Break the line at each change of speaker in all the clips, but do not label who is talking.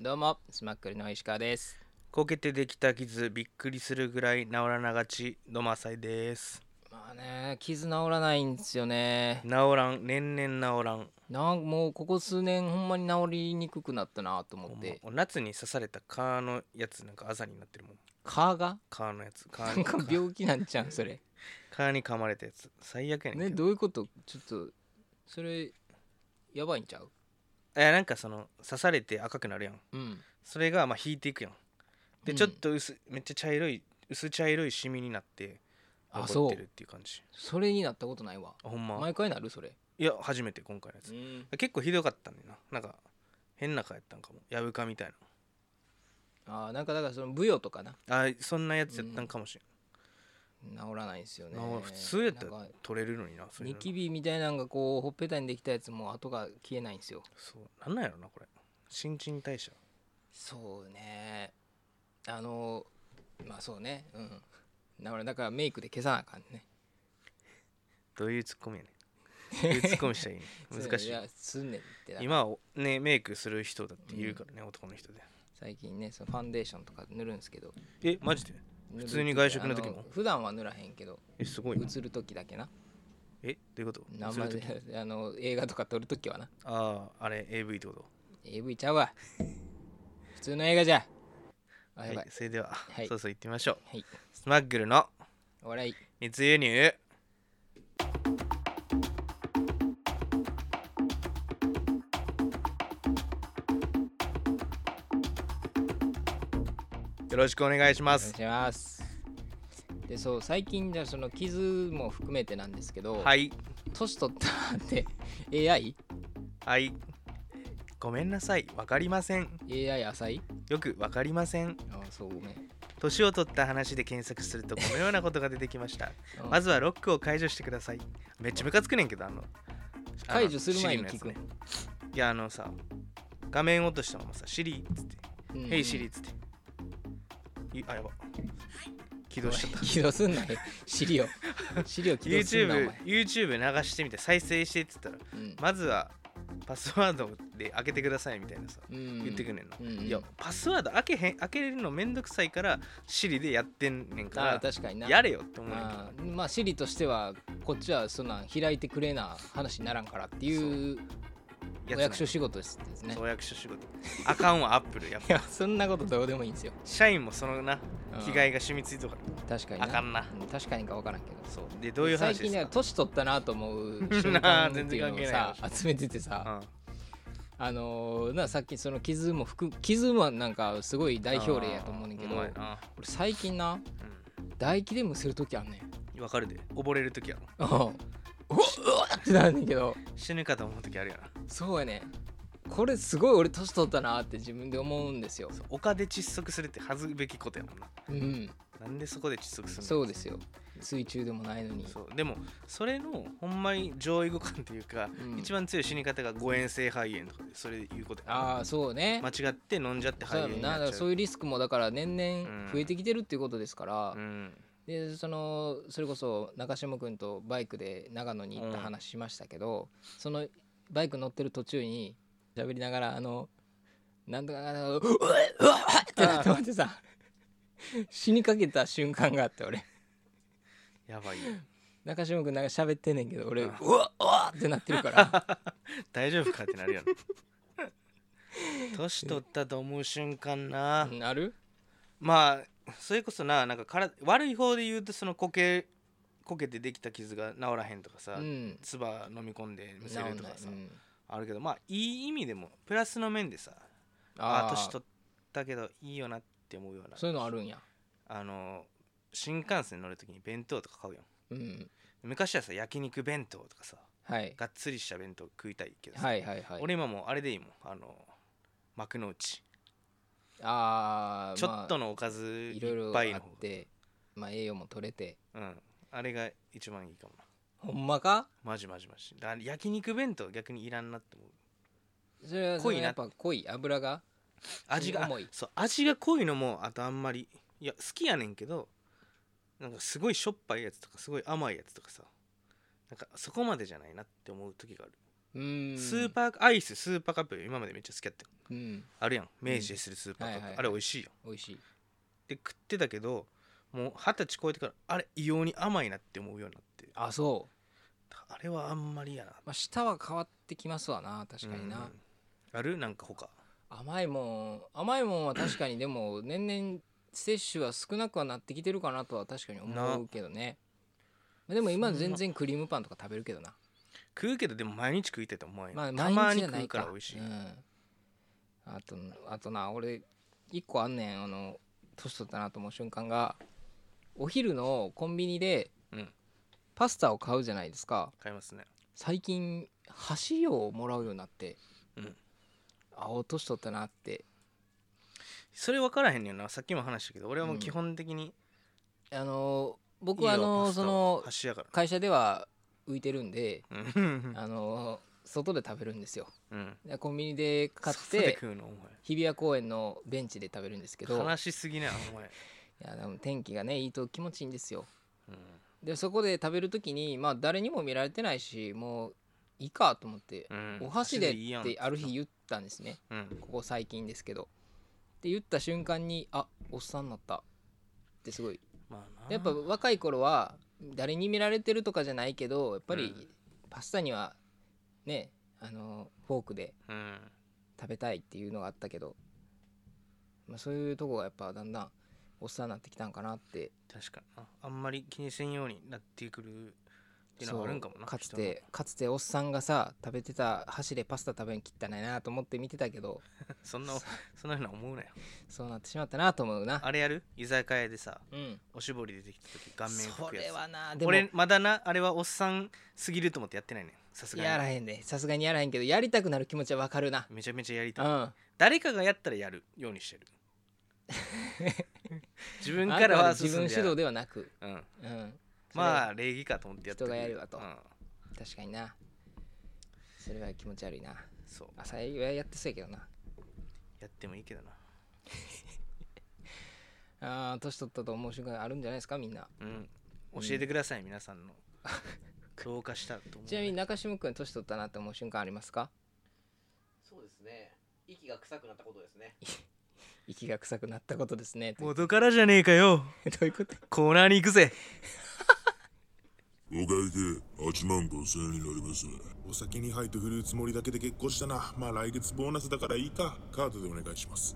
どうもスマックルの石川です
こけてできた傷びっくりするぐらい治らながちどまさいです
まあね傷治らないんですよね
治らん年々治らん
なんもうここ数年ほんまに治りにくくなったなと思
ほ
っ
んま
て
夏に刺された蚊のやつなんかあざになってるもん
蚊が
蚊のやつ
な
蚊
ん
に
か病気なんちゃうんそ れ
蚊に噛まれたやつ最悪やねん
ね
けど
どういうことちょっとそれやばいんちゃう
いやなんかその刺されて赤くなるやん
うん
それがまあ引いていくやんで、
うん
ちょっと薄めっちゃ茶色い薄茶色いシミになって
あ
残
そう
ってるっていう感じ
それになったことないわ
あほんま
毎回なるそれ
いや初めて今回のやつ結構ひどかったんだよななんか変な蚊やったんかもやぶ蚊みたい
あーなんかだからその舞踊とかな
なあそんなやつやったんかもしれ
治
ん、
らないんですよね
あ普通やったら
なんか
取れるのになそういう
ニ
の
キビみたいなのがこうほっぺたにできたやつも跡が消えないんですよ
そうなんなんやろなこれ新陳代 謝
そうねあのまあそうねうんだからだからメイクで消さなあかんね
どういうツッコミやねんどういうツッコミしたらいいね難しい
やすんねんってだから
今はおねメイクする人だって言うからね、男の人で
最近ねそのファンデーションとか塗るんですけど
えマジで
普
通に外食の時も
普段は塗らへんけど
えすごいな
映る時だけな
えどういうこと
生
する時
で あの映画とか撮る時はな
あああれ AV ってこと
AV ちゃうわ普通の映画じゃあ
は
やば
い
い
それでは、
はい
そうそう行ってみましょう
はい
スマッグルの
お笑い
熱輸入よろしくお願いしま
お願い
す
しますでそう最近じゃあその傷も含めてなんですけど、
はい
年取ったって AI?AI
はいごめんなさいわかりません
浅い
よくわかりません
あそうごめん
年を取った話で検索するとこのようなことが出てきました ま
ず
ずはロックを解除してくださいめっちゃムカつくねんけどあのあの
解除する前に聞く
Siri のやつねいやあのさ画面落としたままさ「シリ」っつって
うん
「ヘイシリ」っつっていあやば起動しちゃった
起動すんなよ資 料資料起動すんなお
YouTube,
前、
YouTube 流してみて再生してって言ったら
うん
まずはパスワードで開けてくださいみたいなさ
うん
言ってくんねんな、
うんうん
いやパスワード開けへん開けるのめんどくさいからシリでやってんねん
あ
か
あ確かにな
らやれよって思うねんけど
あーまあシリとしてはこっちはそんなん開いてくれな話にならんからっていう
やつなん
お
や
役所仕事ですね
そうお役所仕事あかんわアップルやっ
い
ぱ
やそんなことどうでもいいんですよ
社員もそのな
うん
気概が染みついとから
確かに
あかんな
うん確かにか分からんけど
そうでどういう話
最
で
近
す
ね
か
年取ったなと思う瞬
な
間
あ
って
全
い
然
う
関
のを
係ない
さ
話
集めててさ、
うん
あのーなさっきその傷も含む傷はなんかすごい代表例やと思うねんけど
あー
俺
うまいな
最近な唾液でむする時あんね ん
うんわかるで溺れる時や
う
ろ
んうわうわってなるねんけど
死ぬかと思う時あるやな
そうやねこれすごい俺年取ったなって自分で思うんですよ
丘で窒息するって恥ずべきことやもんな
うん
なんでそこで窒息するの
そうですよ水中でもないのに
そうでもそれのほんまに上位互換っていうか、
うん
一番強い死に方が誤嚥性肺炎とかでそれで言うことや
ああそうね、
間違って飲んじゃって
そ
肺
うや
炎
もん
に
なだ
な
か
っ
ら
ちゃ
そうういうリスクもだから年
う
々
ん
増えてきてるっていうことですから、
うん
でそのそれこそ中島君とバイクで長野に行った話しましたけど、そのバイク乗ってる途中に喋りながらあのなんとかなんとかうわうわってなって思ってさ死にかけた瞬間があって俺
やばいよ
中島君なんか喋ってんねんけど俺
う
うんわうわってなってるから
大丈夫かってなるやん年取ったと思う瞬間な、
なる
まあそれこそななんかから悪い方で言うとそのこけこけてできた傷が治らへんとか
う
さ、
ん
唾飲み込んでむ
治
せ
んない
るとかさ、
うん
あるけどまあいい意味でもプラスの面でさあ
あ
あ
あ
年取ったけどいいよなって思うような
そういうのあるんや
あの新幹線乗るときに弁当とか買うやん
うん
昔はさ焼肉弁当とかさ
はい
がっつりした弁当食いたいけどさ、
はいはいはい
俺今もうあれでいいもんあの幕の内
ああ
ちょっと
ま
のおかず
あ、いろい
いっ
ろ
ぱい
あ
の
っ
方が
てまあ栄養も取れて
うんあれが一番いいかもな
ほんまか
マジマジマジだから焼肉弁当逆にいらんなって思う
それは
濃いな
やっぱ濃い油が
味があ
重い
そう味が濃いのもあとあんまりいや好きやねんけどなんかすごいしょっぱいやつとかすごい甘いやつとかさなんかそこまでじゃないなって思う時がある、
うーん
スーパーアイススーパーカップより今までめっちゃ好きやったよ
うん
あるやん明治でするスーパー
はい
カップ、
はいはい
あれ美味しいよ
美味しい
で食ってたけどもう二十歳超えてからあれ異様に甘いなって思うようになって
あそう
あれはあんまりやな
まあ舌は変わってきますわな確かにな、
うんあるなんか他
甘いもん甘いもんは確かにでも年々摂取は少なくはなってきてるかなとは確かに思うけどねまあでも今全然クリームパンとか食べるけどな、
食うけどでも毎日食いたいと思わんよ、
まあ、
たま
毎日じ
に
ゃな
食
いう
か
から
美味しい、
うん、あとあとな俺一個あんねんあの年取ったなと思う瞬間がお昼のコンビニで
うん
パスタを買うじゃないですか、
買いますね
最近箸をもらうようになって、
うん
あお年取ったなって
それ分からへんねんなさっきも話したけど俺はもう基本的に、
あの
いい
僕
よ
はあの
パス
そ
タは
の
箸やから
会社では浮いてるんで
うん
あの外で食べるんですよ
うん
でコンビニで買っ
外で
て
食うのお
日比谷公園のベンチで食べるんですけど
前悲しすぎなお前、
いやでも天気がねいいと気持ちいいんですよ
うん
でそこで食べる時にまあ誰にも見られてないしもういいかと思って、
うん
お箸でっ
いいやん
てある日言ったんですね
うん
ここ最近ですけどって言った瞬間にあおっさんになったってすごい
まあな
やっぱ若い頃は誰に見られてるとかじゃないけどやっぱ
うん
りパスタにはねあのフォークで
うん
食べたいっていうのがあったけど、まあ、そういうとこがやっぱだんだんおっさんになってきたんかなって
確かになあんまり気にせんようになってくるっていうのは あるんかも
そう
な
かつてかつておっさんがさ食べてた箸でパスタ食べに切ったないなと思って見てたけど
人のそんなそんなふうな思うなよ
そうなってしまったなと思うな
あれやる居酒屋でさ
うん
おしぼり出てきた時顔面
そ
拭くや
れ
つ
はなでも
俺まだなあれはおっさんすぎると思ってやってないねんさす
や
が
らへんでさすがにやらへんけどやりたくなる気持ちはわかるな
にめちゃめちゃやり
う
たい
ん
誰かがやったらやるようにして る自分からは
あくまで自分
進んで
指
やる
導ではなく
うん、
うん
ま
あ
あ礼儀かと思ってやって
人がやるわと
うん、
確かになそれは気持ち悪いな
そう
朝井はやってそうやけどな
やってもいいけどな
あー年取ったと思う瞬間あるんじゃないですかみんな
うん教えてください、皆さん の老化したと思う
ちなみに中島君年取ったなと思う瞬間ありますか
そうですね息が臭くなったことですね
息が臭くなったことですねという
元からじゃねえかよ
どういうこと
コーナーに行くぜ
おかげで8万5千円になります
お酒に入って振るうつもりだけで結婚したなまあ来月ボーナスだからいいかカードでお願いします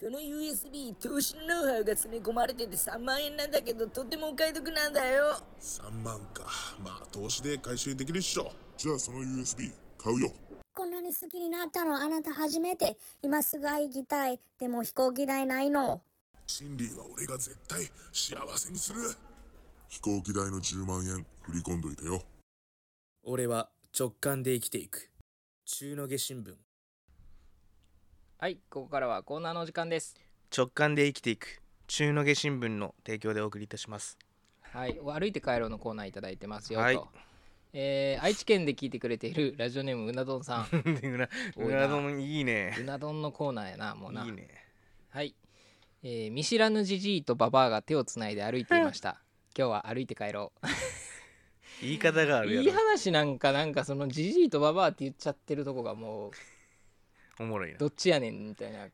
この USB 投資のノウハウが詰め込まれてて3万円なんだけどとてもお買い得なんだよ
3万かまあ投資で回収できるっしょ
じゃあその USB 買うよ
こんなに好きになったのあなた初めて今すぐ会いきたいでも飛行機代ないの
真理は俺が絶対幸せにする
飛行機代の10万円振り込んどいてよ
俺は直感で生きていく中野下新聞
はいここからはコーナーのお時間です
直感で生きていく中野毛新聞の提供でお送りいたします
はい歩いて帰ろうのコーナーいただいてますよと、
はい
えー愛知県で聞いてくれているラジオネームうなどんさん
でうな
多
う
いな
な丼いいね
うなどんのコーナーやなもうない
いね
はい、えー見知らぬじじいとババアが手をつないで歩いていました今日は歩いて帰ろ
言い方があ
う
る
いい
やろ
話なんかなんかそのじじいとババアって言っちゃってるとこがもう
おもろいな
どっちやねんみたいな
確か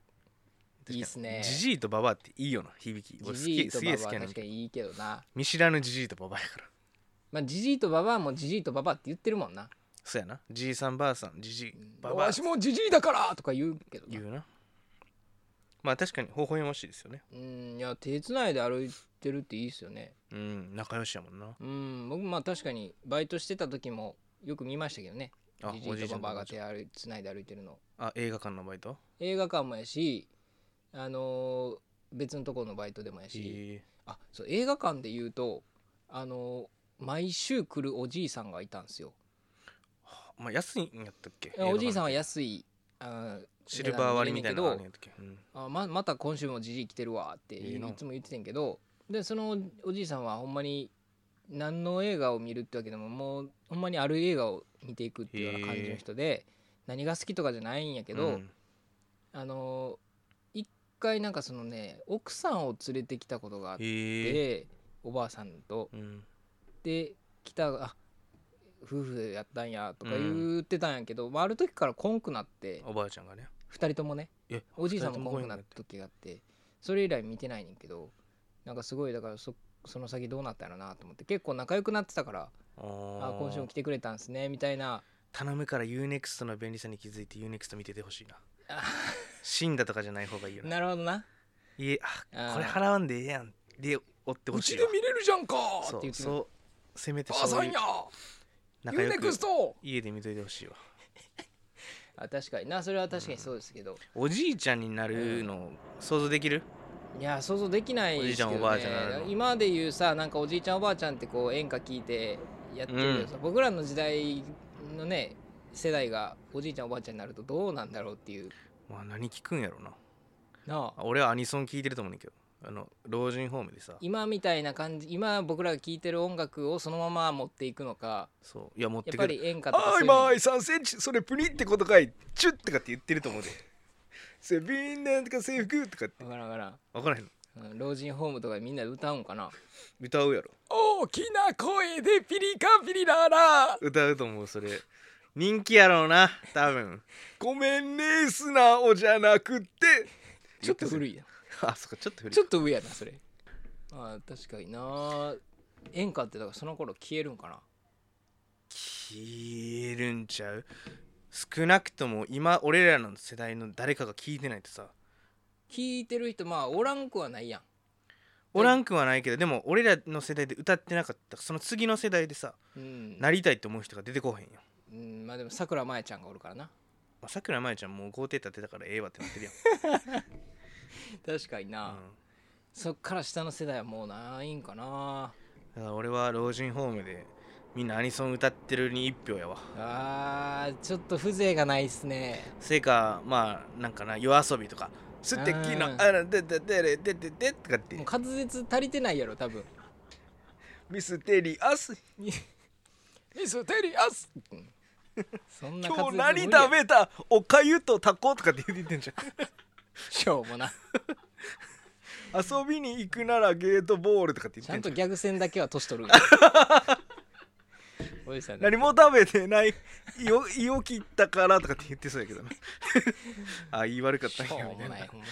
に
いいっすね
ジジイとババアっていいよな響き俺
じ
す
じ
げ
い
え
と
す
バ
げえ
バ
好
ア
きやねん
確かにいいけどな
見知らぬジジイとババアやから
まあじじいとババアもじじいとババアって言ってるもんな
そうやなじいさんばあさんジジイババア
わしもじじいだからとか言うけどな
言うなまあ確かに微笑ましいですよね
うんいや手つないで歩いてるっていいっすよね
うん仲良しやもんな
うん僕まあ確かにバイトしてた時もよく見ましたけどね
あ
じ
お
じ
じ
い
いち
と
ゃん
ババア
ばあ
が
ちゃん
手歩いつないで歩いてるの
あ映画館のバイト
映画館もやしあのー別のところのバイトでもやし、
へえ
あそう映画館で言うとあのー毎週来るおじいさんがいたんですよ
まあ安いんやったっけ
おじいさんは
映画館の
安いあー
シルバー割りみたいなのあ
値段
るん
で見れんねん
やったっけ、うん
けどあままた今週もじじい来てるわってい
いいな
つも言ってたんやけどでそのおじいさんはほんまに何の映画を見るってわけでももうほんまにある映画を見ていくっていうような感じの人で何が好きとかじゃないんやけど、
うん
あの一回なんかそのね奥さんを連れてきたことがあって、
へえ
おばあさんと
うん
で来たあ夫婦でやったんやとか
うん
言ってたんやけど、まあ、ある時からこんくなって
おばあちゃんがね
2人ともね
え
おじいさんも
来
来んくなった時があってそれ以来見てないねんけどなんかすごいだからそその先どうなったらなと思って結構仲良くなってたから
あ
「
ー
あ今週も来てくれたんすね」みたいな
頼むから UNEXT の便利さに気づいて UNEXT 見ててほしいな
あ
死んだとかじゃない方がいいよな
なるほどない
え
あ
あ
ー
これ払わんでええやんで追っ
「う
てほし
ち
い
で
わ
見れるじゃんか!」って
そ
言
う
ってくる
そうせ
「
めて
母さ
そうんいう
や
仲良く
!UNEXT!」
家で見といてほしいわ
あ確かになそれは確かにそうですけど、
おじいちゃんになるの想像できる
いや想像できないですけど、ね、
おじいちゃんおばあちゃんなの
今で言うさなんかおじいちゃんおばあちゃんってこう演歌聞いてやってるけどさ、僕らの時代のね世代がおじいちゃんおばあちゃんになるとどうなんだろうっていう
まあ何聞くんやろな
なあ
俺はアニソン聞いてると思うねんけどあの老人ホームでさ
今みたいな感じ今僕らが聴いてる音楽をそのまま持っていくのか
そういや持って
やっ
く
ぱ
る
り演歌とか
あ
そう
ー
いう
ま
の
ーい3センチそれプニってことかいチュッとかって言ってると思うでそれビンなんとか制服とかって
わからんわからん
分からへんの
うん老人ホームとかみんなで歌うんかな
歌うやろ
大きな声でピリカピリララ
歌うと思うそれ人気やろうな多分ごめんね素直じゃなくて
ちょっと古
い
いやん
あそっかちょっと古い
ちょっと上やなそれあー確かにな演歌ってだからその頃消えるんかな
消えるんちゃう少なくとも今俺らの世代の誰かが聞いてないとさ
聞いてる人まあおらんくはないやん
おらんくはないけどでも俺らの世代で歌ってなかったその次の世代でさ
うん、
なりたいって思う人が出てこへんよ
うん、まあでもさくらまやちゃんがおるからな
まあさくらまゆちゃんもう豪邸建てたからええわってなってる やん、
確かにな、
う、
そっから下の世代はもうないんかなん
だから俺は老人ホームでみんなアニソン歌ってるに一票やわ
あーちょっと風情がないっすね
せいかまあなんかな夜遊びとか「すてきな
うん
あらででででででで」とかっ
もう
て
滑舌足りてないやろ多分
「ミステリアス
ミステリアスそんな
今
滑舌無
日
理や
何食べたおかゆとタコ」とかって言ってんじゃん
しょうもな
遊びに行くならゲートボールとかって言っ
ちゃ
て
ん
んじ
と
ゃん
ギャグ戦だけは年取るおじさんだ
何も食べてない胃を 胃を切ったからとかって言ってそうやけどな あ言い悪かったん
しょう
や
も
みたい
な
ない
ほんま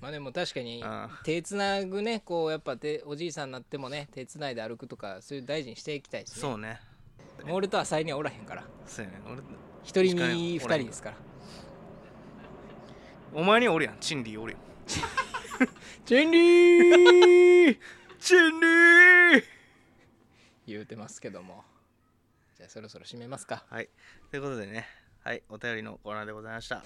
まあでも確かに
あ
手つなぐねこうやっぱ手おじいさんになってもね手つないで歩くとかそういう大事にしていきたいですね
そうね
もう俺とは再にはおらへんから
そうやね俺
一人
確か
に二
に
人ですから
お前にはおるやんチンリーおるやん
チェンリー
チンリー
言うてますけどもじゃあそろそろ締めますか
はいということでねはいお便りのコーナーでございました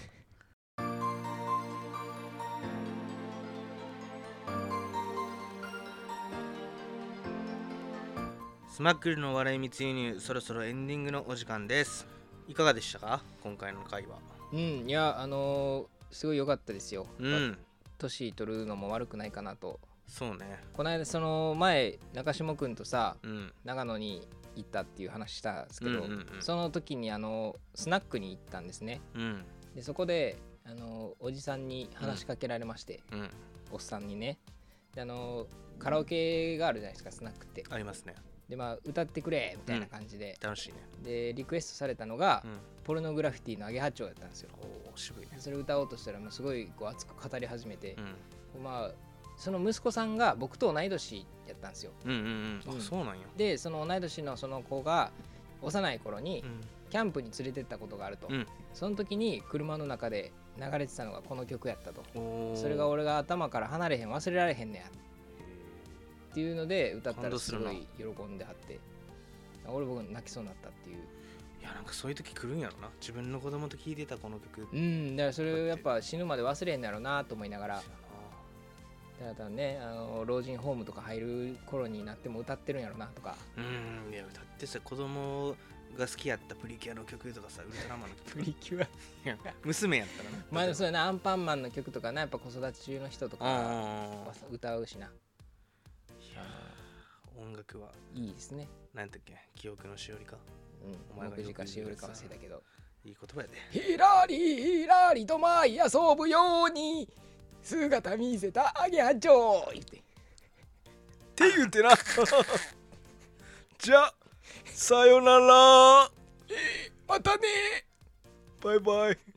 スマックルの笑い密輸入そろそろエンディングのお時間ですいかがでしたか今回の回は
うんいやあのーすごい良かったですよ、
うん
年取るのも悪くないかなと
そうね
この間その前中島君とさ
うん
長野に行ったっていう話したんですけど、
うんうんうん
その時にあのスナックに行ったんですね
うん
でそこであのおじさんに話しかけられまして、
うん
おっさんにねであのカラオケがあるじゃないですかスナックって
ありますね
でまあ歌ってくれみたいな感じで、
楽しいね
でリクエストされたのが、
うん
ポルノグラフィティのアゲハチョウだったんですよ
おお渋いね
それ歌おうとしたらもうすごいこう熱く語り始めて
う、ん
まあその息子さんが僕と同い年やったんですよ
うんうんうん
う
あ
ん
そうなんや
でその同い年のその子が幼い頃に
うん
キャンプに連れてったことがあると、
うん
その時に車の中で流れてたのがこの曲やったと
おー
それが俺が頭から離れへん忘れられへんねやっていうので歌った
感動
ら
す
す
る
ご
な
い喜んではって俺僕泣きそうになったっていう
いやなんかそういう時来るんやろな自分の子供と聴いてたこの曲う
う
ん
んだからそれをやっぱ死ぬまで忘れへんだろうなと思いながら
う
ただねあの老人ホームとか入る頃になっても歌ってるんやろなとか
んいや歌ってさ子供が好きやったプリキュアの曲とかさウルトラマンの曲
プリキュア
いや娘やったらな
まあでも
例え
そうやなアンパンマンの曲とかなやっぱ子育ち中の人と
ば
か
うんうんうん
歌うしない
やー音楽はい
いですね
なんてっけ記憶のしおりか
う
お
ん
前が
目
よ
次
く言うやつ
かしおるか忘れたけど
いい言葉やで
ひらりひらりと舞い遊ぶように姿見せたアゲハチョウ言って
って言うてな じゃさよなら
またね
バイバイ